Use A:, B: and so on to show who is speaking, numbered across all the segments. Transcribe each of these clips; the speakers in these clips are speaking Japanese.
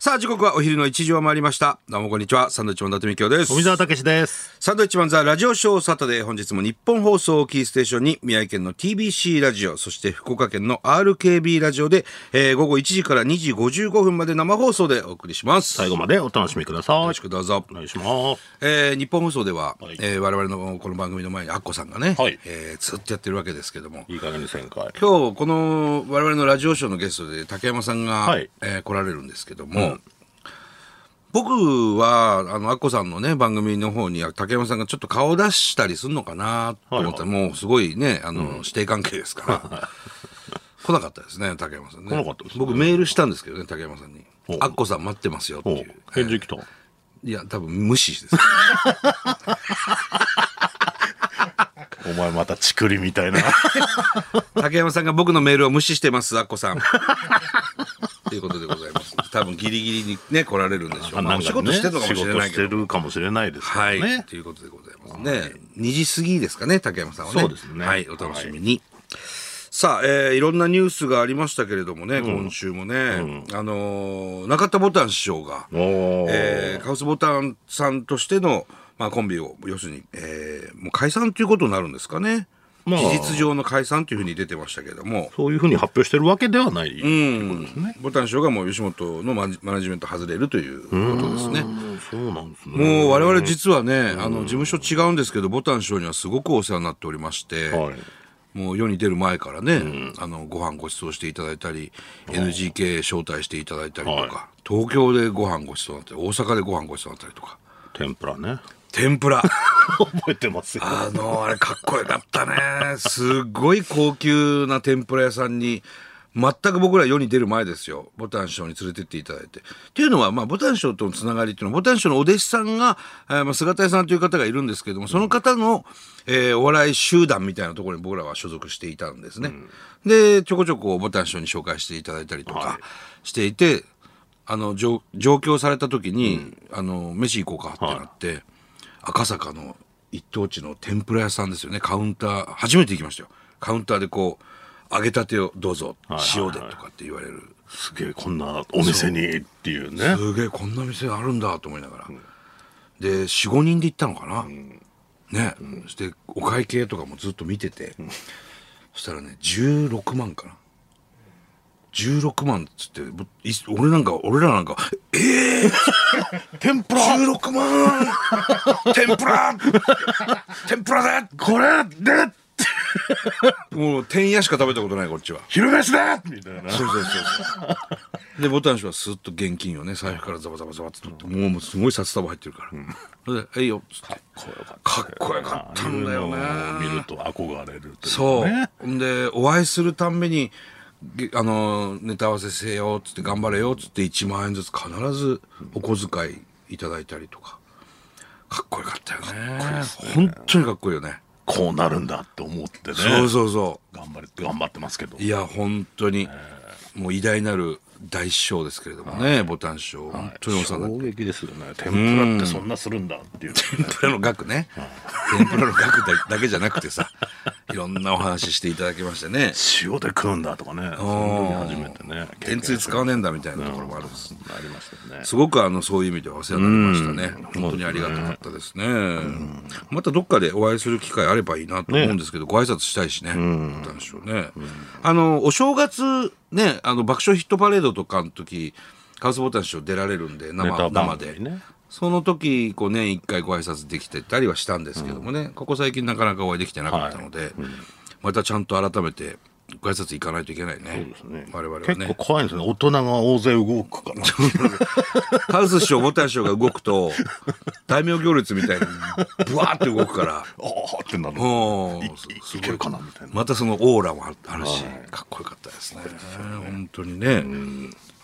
A: さあ時刻はお昼の1時を回りましたどうもこんにちはサンドウィッチマン伊達美京です
B: 富澤たけしです。
A: サンドウィッチマンザラジオショーサタデー本日も日本放送をキーステーションに宮城県の TBC ラジオそして福岡県の RKB ラジオで、えー午後1時から2時55分まで生放送でお送りします
B: 最後までお楽しみください。
A: よろしくどうぞ
B: お願いします。
A: えー日本放送では、
B: はい
A: えー我々のこの番組の前にアッコさんがね、
B: はい
A: えーずっとやってるわけですけども
B: いい加減に旋回。
A: 今日この我々のラジオショーのゲストで竹山さんが、
B: はい
A: えー来られるんですけども、僕はあのアッコさんのね番組の方に竹山さんがちょっと顔出したりするのかなと思ったら、もうすごいねあの、師弟関係ですから。 来なかったですね竹山さんね
B: 来なかったですね
A: 僕メールしたんですけどね竹山さんに
B: ほう
A: 「アッコさん待ってますよ」って
B: お
A: いう
B: 返事来た。
A: いや多分無視です
B: お前またチクリみたい な。
A: 竹山さんが僕のメールを無視してます、アッコさん。ということでございます。多分ギリギリにね、来られるんでしょう。まあお仕事してるのかもしれないけ
B: 仕事
A: ど。
B: してるかもしれないですけど
A: はい、
B: ね。
A: ということでございますね。2時過ぎですかね、竹山さんはね。
B: そうですね
A: はい、お楽しみに。さあ、えーいろんなニュースがありましたけれどもね、今週もね、あのー中田ボタン師匠が、
B: おお。
A: えーカウスボタンさんとしての、まあ、コンビを、要するに、えーもう解散ということになるんですかね。
B: まあ
A: 事実上の解散というふうに出てましたけれども。
B: そういうふうに発表してるわけではないっていうことですね。
A: ボタン師匠がもう吉本のマネマネジメント外れるということですね。
B: うんそうなんですね。
A: もう我々実はね、あの事務所違うんですけど、ボタン師匠にはすごくお世話になっておりまして、
B: はい
A: もう世に出る前からね、あのご飯ご馳走していただいたり、NGK 招待していただいたりとか、東京でご飯ご馳走になったり、大阪でご飯ご馳走になったりとか、
B: 天ぷらね。
A: 天ぷら。
B: 覚えてますよ。
A: あの、あれかっこよかったね。すごい高級な天ぷら屋さんに、全く僕ら世に出る前ですよ。ボタン師匠に連れてっていただいて。っていうのは、まあ、ボタン師匠とのつながりっていうのは、ボタン師匠のお弟子さんが、えーまあ、姿屋さんという方がいるんですけども、その方の、えーお笑い集団みたいなところに僕らは所属していたんですね。で、ちょこちょこボタン師匠に紹介していただいたりとかしていて、あの上上京された時に、あの飯行こうかってなって、赤坂の一等地の天ぷら屋さんですよねカウンター初めて行きましたよカウンターでこう揚げたてをどうぞ
B: いはい
A: 塩
B: はい
A: でとかって言われる、
B: すげえ、こんなお店にっていうね。
A: すげえこんな店あるんだと思いながら、で45人で行ったのかな、ね、そしてお会計とかもずっと見てて、そしたらね16万かな16万っつってぼい俺なんか俺らなんか
B: 天ぷら
A: 16万天ぷら天ぷらだ
B: これで
A: もう天夜しか食べたことないこっちは
B: 昼飯だみたいな。
A: そうそうそうそうでボタン氏はスッと現金をね財布からザバザバザバって取って、もうもうすごい札束入ってるから、それで「えいよ」っつって
B: かっこよかっ
A: かっこよかったんだよね
B: 見ると憧れるというね
A: そう。んで、お会いするたんびに、げあの、ネタ合わせせよっつって頑張れよっつって1万円ずつ必ずお小遣いいただいたりとか。かっこよかったよね。本当にかっこいいよね。
B: こうなるんだって思ってね
A: そうそうそ
B: 頑張れ頑張ってますけど
A: う。いや、本当に、もう偉大なる大師匠ですけれどもね、ボタン師匠。本当にお世話になって
B: 衝撃ですよね天ぷらってそんなするんだっていう
A: 天ぷらの額ね。天ぷらの額だだけじゃなくてさ、いろんなお話ししていただきまして ね。
B: 塩で食うんだとかねその時初めてね
A: 天つゆ使わねえんだみたいなところもあるんです。
B: ありましたよね
A: すごくあのそういう意味ではお世話になりましたね。本当にありがたかったですね。またどっかでお会いする機会あればいいなと思うんですけど、ご挨拶したいしね。なんでしょうね。あの、お正月ね、あの爆笑ヒットパレードとかの時、カウスボタン師匠出られるんで、
B: ネタ
A: 生生
B: 番
A: で
B: 組。ね
A: その時こう年一回ご挨拶できてたりはしたんですけどもね、ここ最近なかなかお会いできてなかったので、またちゃんと改めてご挨拶行かないといけないね。我々はね。
B: 結構怖いんですよね大人が大勢動くから
A: カウス師匠、ボタン師匠が動くと、大名行列みたいに、ブワーって動くから、
B: ああってなる
A: もう、
B: いいけるかなみたいな
A: またそのオーラもああるし、かっこよかったですね。本当にね。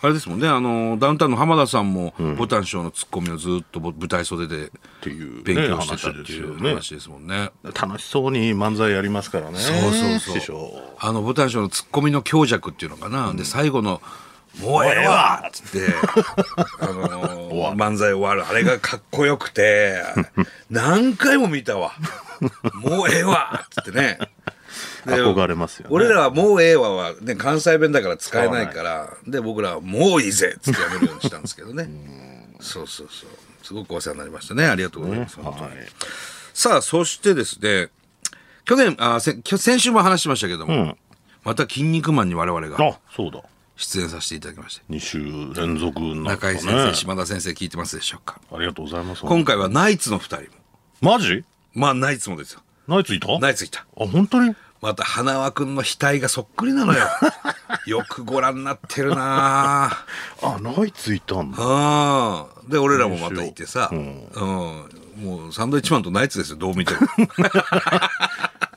A: あれですもんね、あの、ダウンタウンの浜田さんも、ボタン師匠のツッコミをずっとぼ舞台袖で
B: ていうね
A: 勉強してたっていう
B: 話ですよね
A: 話ですもんね。
B: 楽しそうに漫才やりますからね
A: そうそうそう
B: 師匠
A: あの、ボタン師匠のツッコミの強弱っていうのかな。で、最後の、もうええわっつって、 あのー漫才終わる。あれがかっこよく て、何回も見たわ。もうええわっつってね。で
B: 憧れますよね
A: 俺らはもうええわは、ね、関西弁だから使えないから、で、僕らはもういいぜっつってやめ るようにしたんですけどね。そうそうそう。すごくお世話になりましたね。ありがとうございます。本当に
B: はい
A: さあ、そしてですね、去年、あせきょ先週も話しましたけども、
B: うん
A: また筋肉マンに我々が
B: あそうだ
A: 出演させていただきまして、
B: 2週連続になった
A: 中
B: ね
A: 井先生、島田先生聞いてますでしょうか。
B: ありがとうございます
A: 今回はナイツの二人も。
B: マジ
A: まあ、ナイツもですよ。
B: ナイツいた
A: ナ
B: あ
A: イツいた。
B: 本当に
A: また、花輪くんの額がそっくりなの よ。よくご覧になってるなぁ。
B: あナイツいたんだ
A: ああ。で、俺らもまた行ってさ、うん、もうサンドイッチマンとナイツですよ、どう見ても。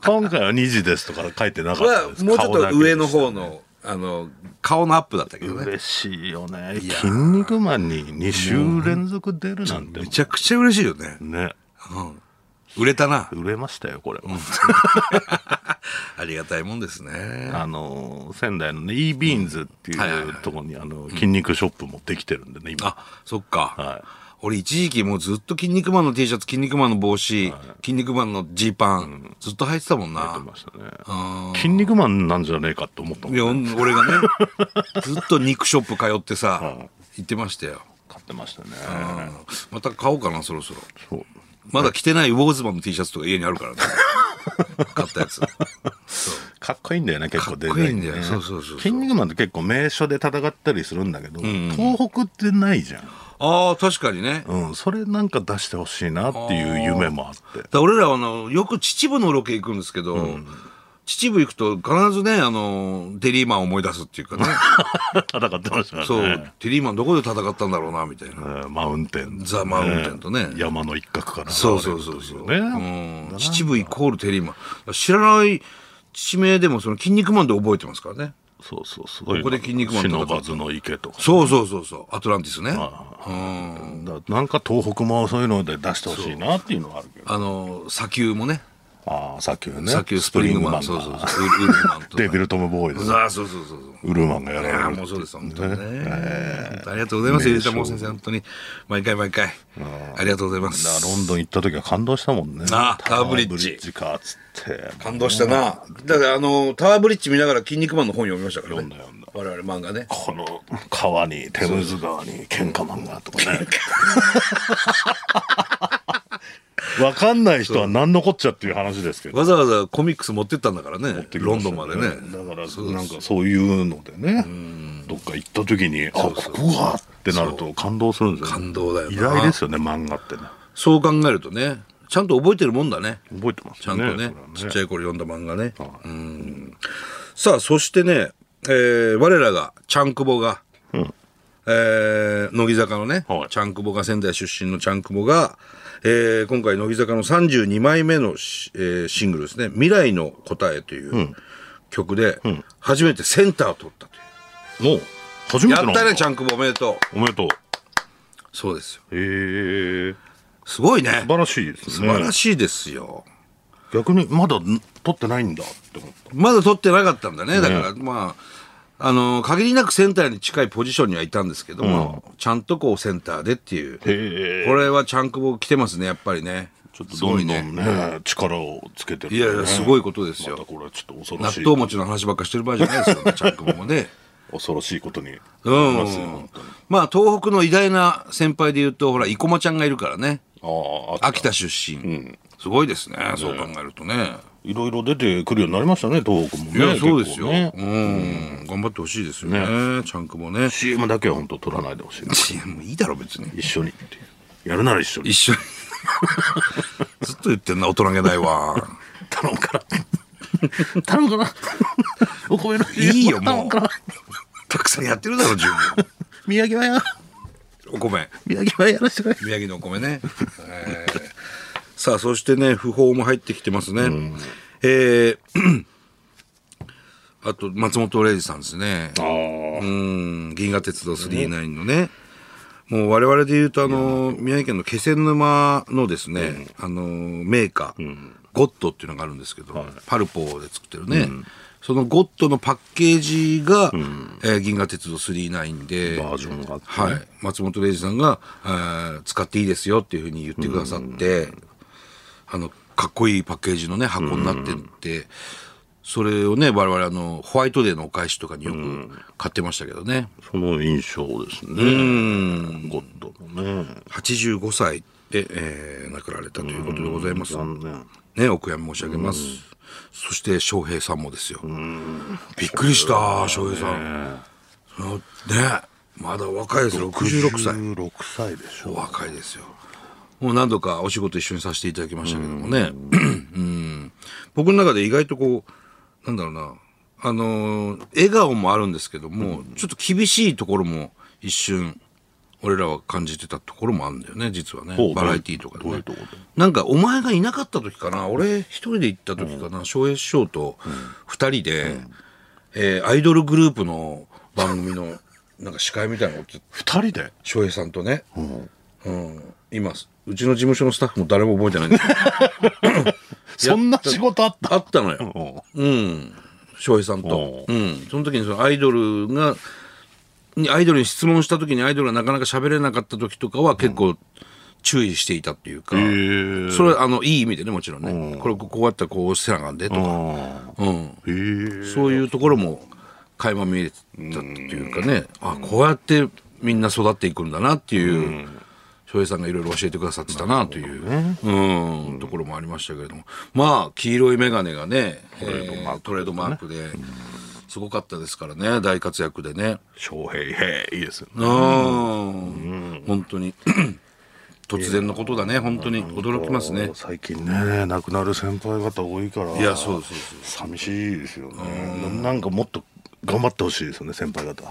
B: 今回は2時ですとか書いてなか
A: これ
B: った
A: はもう
B: です
A: ちょっ
B: 顔だ
A: と
B: けで
A: 上の
B: した
A: 方の、あの、顔のアップだったけどね。
B: 嬉しいよね「筋肉マン」に2週連続出るなんて
A: めちゃくちゃ嬉しいよね。
B: ね
A: 売れたな。
B: 売れましたよこれは
A: ありがたいもんですね。
B: あの仙台のね e ビーンズって
A: はいはい
B: い
A: は
B: うとこにあの筋肉ショップ持ってきてるんでね今
A: あ、そっか。
B: はい
A: 俺一時期もうずっと「筋肉マン」の T シャツ「筋肉マン」の帽子「筋肉マン」のジーパンずっと履いてたもんな
B: やってましたね筋肉マンなんじゃねえかって思ったも
A: い
B: ん買
A: や俺 がねずっと肉ショップ通ってさ行ってましたよ
B: ってましたね
A: うんまた買おうかなそろそろ
B: そう
A: まだ着てないウォーズマンの T シャツとか家にある からね買ったやつ
B: かっこいいんだよね結構デザインね
A: かっこいいんだよそうそうそうそう
B: 筋肉マンって結構名所で戦ったりするんだけど東北ってないじゃん
A: ああ確かにね
B: うんそれなんか出してほしいなっていう夢もあって
A: だから俺らはあのよく秩父のロケ行くんですけど、秩父行くと必ずねあのデリーマンを思い出すっていうかね
B: 戦ってましたから ね
A: そうデリーマンどこで戦ったんだろうなみたいな
B: うんマウンテン
A: ザマウンテンとね
B: 山の一角から
A: そうそうそうそう。
B: 現れるという
A: うん秩父イコールテリーマン。知らない地名でもその筋肉マンで覚えてますからね。
B: そうそうそう
A: ここで筋肉マンとか
B: 忍ばずの池とか
A: そうそうそうそう。アトランティスね。
B: だなんか東北もそういうので出してほしいなっていうのはあるけど
A: あの砂丘もね。
B: ああ砂丘ね
A: 砂丘スプリングマン。
B: スプ
A: そう
B: リン
A: そ
B: グマ
A: う
B: ン
A: そう。ウルウルマンと
B: デ
A: か。
B: ビルトムボーイです
A: ああそうそうそうそう。
B: ウルマンがや
A: いや
B: ら
A: ー
B: れる
A: もうそうです本当にね。本当ありがとうございます。ゆりたもう先生本当に毎回毎回ありがとうございま
B: だ
A: す。
B: ロンドン行った時は感動したもんね
A: ああタワーブリッジ
B: かっつって
A: 感動したな。だからあのタワーブリッジ見ながら筋肉マンの本読みましたからね。
B: 読んだ読んだ
A: 我々漫画ね。
B: この川にテムズ川に喧嘩マンがとかねわかんない人は何のこっちゃっていう話ですけど
A: わざわざコミックス持ってったんだからね。
B: ってき
A: ロ
B: ま
A: ン
B: し
A: ド
B: た
A: ンまでね。
B: だからなんかそういうのでねどっか行った時にあここがってなると感動するんですよ
A: 感動だよな
B: 偉大ですよね漫画ってね
A: そう考えるとね、ちゃんと覚えてるもんだね。
B: 覚えてます
A: ちゃんとね、
B: そ
A: ちっ
B: れは
A: ちゃい頃読んだ漫画ね。うん。さあ、そしてね、えー我らが、ちゃんくぼが、えー乃木坂のね、
B: はい
A: ちゃんくぼが、仙台出身のちゃんくぼが、えー今回、乃木坂の32枚目のし、えーシングルですね、未来の答えという曲で、初めてセンターを取ったという。
B: もう初めて
A: や
B: の
A: ったね、ちゃんくぼおめでとう。
B: おめでとう
A: そうですよ。
B: へえ
A: すごいね
B: 素。晴らしいです
A: 素
B: ね
A: 晴らしいですよ。
B: 逆にまだん撮ってないんだって思っ
A: まだ取ってなかったんだね。だから、まあ、あの、限りなくセンターに近いポジションにはいたんですけども、ちゃんとこうセンターでっていう。
B: たへ
A: これはちゃんくぼ来てますね、やっぱりね。
B: ちょっと
A: す
B: ど
A: ご
B: ん
A: い
B: どんね
A: ね。
B: 力をつけてる
A: いやいや、すごいことです
B: ま
A: よ。
B: たこれはちょっと恐ろ
A: 納
B: しい
A: 豆餅の話ばっかしてる場合じゃないですよ ね、ちゃんくぼもね。
B: 恐ろしいことになり
A: う
B: ますよ本
A: ん
B: 当に。
A: まあ、東北の偉大な先輩で言うと、ほら、生駒ちゃんがいるからね。
B: あああ
A: 秋田出身。すごいですね、そう考えるとね。
B: いろいろ出てくるようになりましたね東北
A: い
B: もね
A: や、そうですよ。う
B: 結構ね
A: ん。頑張ってほしいですよね、ちゃんくぼね。
B: CM だけは本当取らないでほしいな
A: いや、もういいだろ、別に。
B: 一緒にっていうやるなら一緒に
A: 一緒に。 ずっと言ってんな、大人げないわ。
B: 頼むから 頼むからお米の
A: いいよ、
B: 頼
A: もう
B: むから。
A: たくさんやってるだろ、十分。
B: 宮城はや
A: お米。
B: 宮城はやらせてくれ
A: 宮城のお米ね。えーさあ、そしてね、訃報も入ってきてますね。えー あと、松本零士さんですね。
B: あ
A: うん、銀河鉄道9のね、もう我々で言うと、あの、宮城県の気仙沼のですね、あの、メーカー、ゴッドっていうのがあるんですけど、パルポで作ってるね、そのゴッドのパッケージが、えー銀河鉄道9で、
B: バージョンがあってね
A: はい、松本零士さんが、えー使っていいですよっていうふうに言ってくださって、あの、かっこいいパッケージのね、箱になってって、それをね我々あのホワイトデーのお返しとかによく買ってましたけどね、
B: その印象ですね。ゴッドもね。
A: 85歳で、えー亡くなられたということでございます、
B: 残念。
A: ねお悔やみ申し上げます、そして翔平さんもですよ、びっくりした翔平さん、そのねまだ若いですよ66歳
B: 66歳でし
A: お
B: ょ。
A: 若いですよもう何度かお仕事一緒にさせていただきましたけどもねうん僕の中で意外とこうなんだろうなあのー笑顔もあるんですけども、ちょっと厳しいところも一瞬俺らは感じてたところもあるんだよね実はね
B: ほう
A: バラエティーとかで、ね、
B: どういうとこで
A: なんかお前がいなかった時かな俺一人で行った時かな翔平師匠と二人で、えーアイドルグループの番組のなんか司会みたいなのをちょっと
B: 二人で。
A: 翔平さんとね、
B: うん
A: うん、今うちの事務所のスタッフも誰も覚えてないん だけど
B: そんな仕事あった。
A: あったのよ
B: うん
A: うん翔平さんと
B: お、う
A: うん、その時にそのアイドルがにアイドルに質問した時にアイドルがなかなか喋れなかった時とかは結構注意していたっていうか、
B: へえ。
A: それはあのいい意味でねもちろんね、
B: うん
A: これこうやったらこうせなあかんでとか、う
B: あ
A: ん、
B: ーへえ。
A: そういうところも垣間見えたっていうかね、あこうやってみんな育っていくんだなっていう、翔平さんがいろいろ教えてくださってたなという、うん、ところもありましたけれども、まあ、黄色い眼鏡がね、えートレードマークで、すごかったですからね、大活躍でね。
B: 翔平へえいいですよね。
A: うん、本当に。突然のことだね、本当に驚きますね。
B: 最近ね亡くなる先輩方多いから
A: いや、そうそうそ
B: 寂しいですよねなんかもっと頑張ってほしいですよね先輩方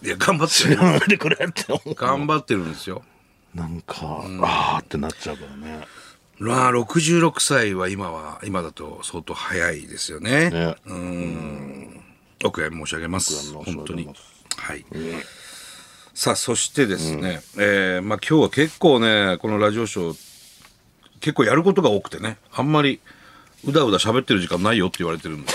A: う。いや、頑張ってる。
B: でこれって思 う
A: 頑張ってるんですよ。
B: なんか、あーってなっちゃうからね
A: まあ、66歳は今は、今だと相当早いですよね。
B: ね
A: お悔やみ申し上げます。
B: お悔やみ申し上げます
A: 本当に。はい。さあ、そしてですね、えーまあ今日は結構ね、このラジオショー、結構やることが多くてね、あんまり、うだうだ喋ってる時間ないよって言われてるんです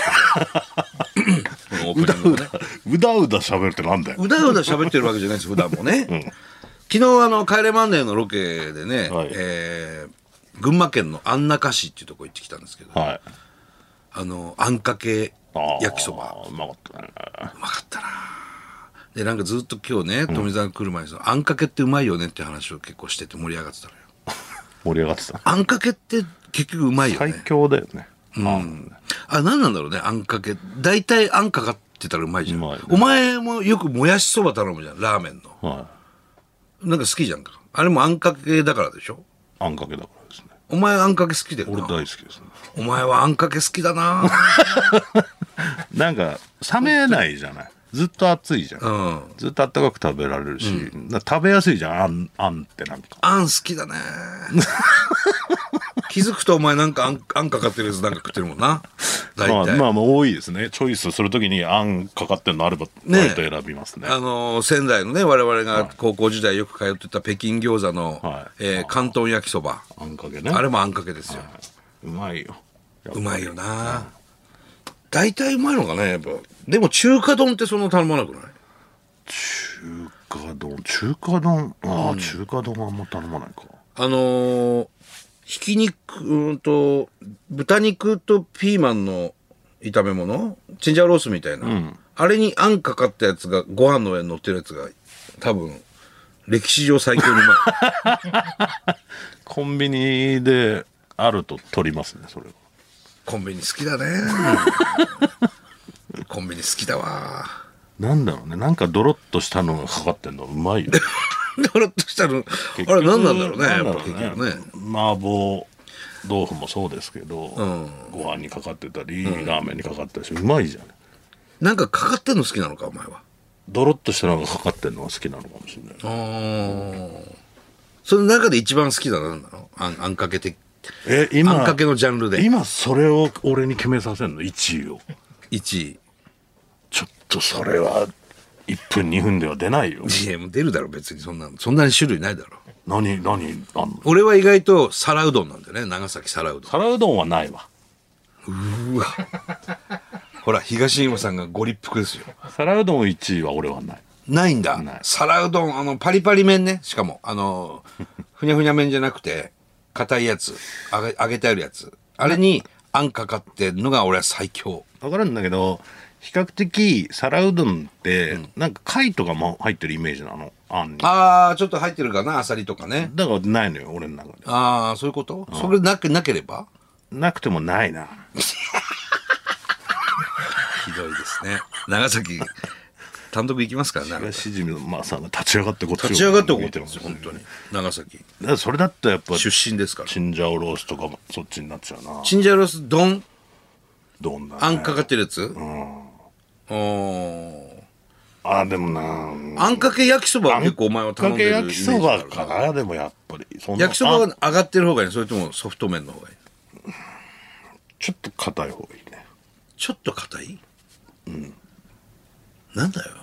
A: けど、このオープニングもね。
B: うだうだ喋るってなんだよ
A: うだうだ喋ってるわけじゃないです、普段もね。昨日、あの、帰れマンデーのロケでね、
B: はい
A: えー群馬県の安中市っていうとこ行ってきたんですけど、
B: はい
A: あの、あんかけ
B: あー
A: 焼きそば。
B: うまかったね
A: うまかったなで、なんかずっと今日ね、富澤が来る前にその、あんかけってうまいよねって話を結構してて盛り上がってたのよ。
B: 盛り上がってた
A: あんかけって結局うまいよ
B: 最
A: ね。
B: 強だよね
A: うん。あ、なんなんだろうね、あんかけ。大体あんかかってたらうまいじゃん。
B: うまいね
A: お前もよくもやしそば頼むじゃん、ラーメンの。
B: は
A: なんか好きじゃんか。あれもあんかけだからでしょ
B: いあんかけだからですね
A: お前あんかけ好きだよ
B: 俺
A: な。
B: 大好きですね
A: お前はあんかけ好きだな
B: なんか冷めないじゃないずっと熱いじゃん、
A: うん。
B: ずっと暖かく食べられるし、な食べやすいじゃんあんあんってなんか
A: あん好きだね。 気づくとお前なんかあんあんかかってるやつなんか食ってるもんな。大
B: まあ、
A: 体。
B: まあまあ多いですねチョイスするときにあんかかってるのあれば
A: ね
B: 割と選びますね
A: あのー仙台のね我々が高校時代よく通ってた北京餃子の、
B: はい
A: えー広東焼きそば
B: あんかけね
A: あれもあんかけですよ、
B: うまいよ
A: うまいよな大体うまいのかねやっぱでも中華丼ってそんな頼まなくない
B: 中華丼中華丼ああ、中華丼はあんま頼まないか
A: あのーひき肉うーんと豚肉とピーマンの炒め物チンジャオロースみたいな、あれにあんかかったやつがご飯の上に乗ってるやつが多分歴史上最強 にうまい
B: コンビニであると取りますねそれは
A: コンビニ好きだねコンビニ好きだわ
B: なんだろうねなんかドロッとしたのがかかってんのうまいよ
A: ドロッとしたのあれ何なんだろうね
B: な
A: や
B: んだ
A: っぱ
B: ろう
A: 結
B: ね
A: 局ね
B: 麻婆豆腐もそうですけど、
A: ん
B: ご飯にかかってたり、ラーメンにかかったりしてうまいじゃん
A: なんかかかってんの好きなのかお前は
B: ドロッとしたのがかかってるのが好きなのかもしれな
A: あ
B: い
A: あその中で一番好きなのは何なのあんあんかけて
B: え
A: あ
B: 今
A: んかけのジャンルで
B: 今それを俺に決めさせんの1位を
A: 1位
B: ちょっとそれは1分2分では出ないよ
A: GM 出るだろ別にそんなのそんなに種類ないだろ
B: 何何あんの
A: 俺は意外と皿うどんなんだよね長崎皿うどん
B: 皿うどんはないわ
A: ほら東山さんがご立腹ですよ
B: 皿うどん1位は俺はない
A: ないんだ
B: ない
A: 皿うどんあのパリパリ麺ねしかもあのふにゃふにゃ麺じゃなくて硬いやつ揚げ揚げてあるやつあれにあんかかってんのが俺は最強
B: 分からんだけど比較的皿うどんって、なんか貝とかも入ってるイメージなのあんにだか
A: ああちょっと入ってるかなあさりとかね
B: らないのよ俺の中で
A: ああそういうこと、それなけなければ
B: なくてもないな
A: ひどいですね長崎単独行きますからねあれ
B: しじみのまあさんが立ち上がってこっちを
A: 立ち上がって怒ってるん
B: 見
A: です
B: て
A: よ
B: ま
A: 本当に長崎
B: だからそれだったらやっぱ
A: 出身ですから
B: チンジャオロースとかもそっちになっちゃうな
A: チンジャオロース丼
B: どんな、ね、
A: あんかかってるやつうんおー
B: あでもな
A: あんかけ焼きそばは結構お前は頼んでるイメ
B: かけ
A: ー
B: 焼き
A: ジだ
B: そば
A: から
B: かなでもやっぱりそんな
A: 焼きそばは
B: あ
A: 上がってる方がいいそれともソフト麺の方がいい
B: ちょっと硬い方がいいね
A: ちょっと硬いうんなんだよ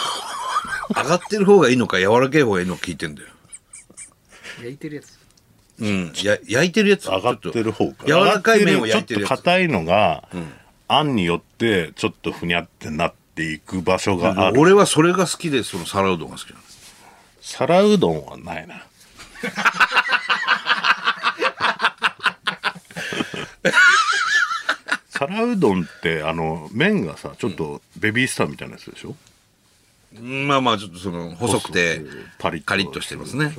A: 上がってる方がいいのか柔らかい方がいいのか聞いてんだよ
C: 焼いてるやつ
A: うんや焼いてるやつ
B: 上がってる方か
A: 柔らかい麺を焼いてるや
B: ちょっ
A: つ
B: と硬いのが、あんによってちょっとふにゃってなっていく場所がある
A: 俺はそれが好きでその皿うどんが好きなんです
B: 皿うどんはない な皿うどんってあの麺がさちょっとベビースターみたいなやつでしょ、
A: まあまあちょっとその細くて
B: パリッと
A: カリッとしてますね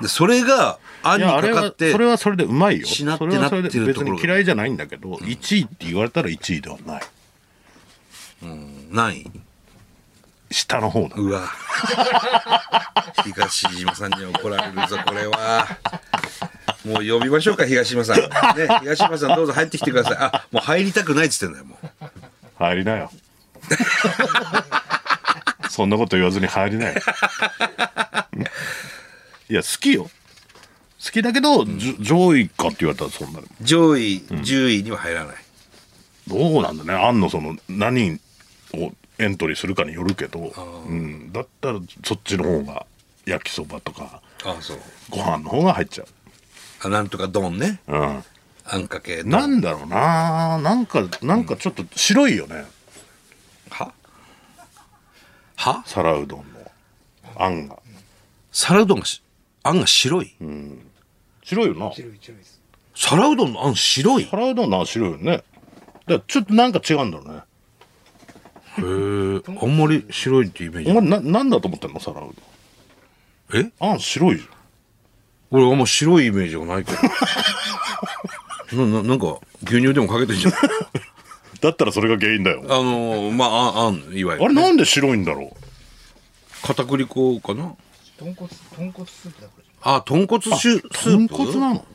A: でそれがあん
B: い
A: に
B: やあ
A: か
B: れ
A: か
B: は
A: って
B: それはそれでうまいよ
A: しなって
B: それはそれ
A: な
B: で
A: ってるところが
B: 別に嫌いじゃないんだけど、1位って言われたら1位ではない
A: ない
B: 下の方だ
A: うわ 東島さんに怒られるぞこれはもう呼びましょうか東島さんね東島さんどうぞ入ってきてくださいあもう入りたくないっつってんだよもう
B: 入りなよそんなこと言わずに入りなよいや好きよ好きだけど、じゅ上位かって言われたらそんなの
A: 上位10位には入らない、
B: どうなんだねあんのその何をエントリーするかによるけど、うん、だったらそっちの方が焼きそばとか
A: あそう
B: ご飯の方が入っちゃ
A: あなんとか丼ね
B: う、うん、
A: あんかけ丼
B: なんだろうななんかなんかちょっと白いよね
A: はは
B: 皿うどんのあんが
A: 皿うどんがしあんが白い、
B: 白いよな
C: 白い白いです
A: 皿うどんのあん白いへ
B: 皿うどんの味白いよねだからちょっとなんか違うんだろうね
A: えあんまり白いってイメー
B: お
A: ジ
B: 前ななんだと思ってんの皿う
A: え
B: どんあん白いじ
A: 俺あんま白いイメージがないけ どなななんか牛乳でもかけてんじゃない
B: ゃんだったらそれが原因だよ
A: あのーまあああんいわゆ
B: あ
A: る
B: れなんで白いんだろ
A: 片栗粉かな
C: 豚骨豚骨スープだこれ
A: あ豚骨シュ
B: う
A: スープ
B: 豚骨なの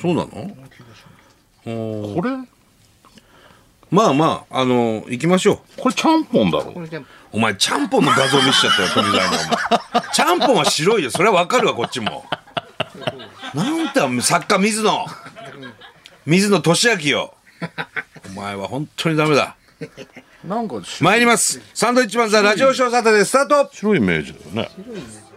A: そうなのおー
B: これ
A: まあまああのー行きましょう
B: これちゃんぽんだろ
C: これじゃあ
A: お前ちゃんぽんの画像見せちゃ ったよ富澤にお前ちゃんぽんは白いよそれはわかるわこっちもなんて作家水野水野俊明よお前は本当にダメだ
B: なんか白い
A: 参りますサンドイッチマンザラジオショーサタデースタート
B: 白いイメージだよね
C: 白いね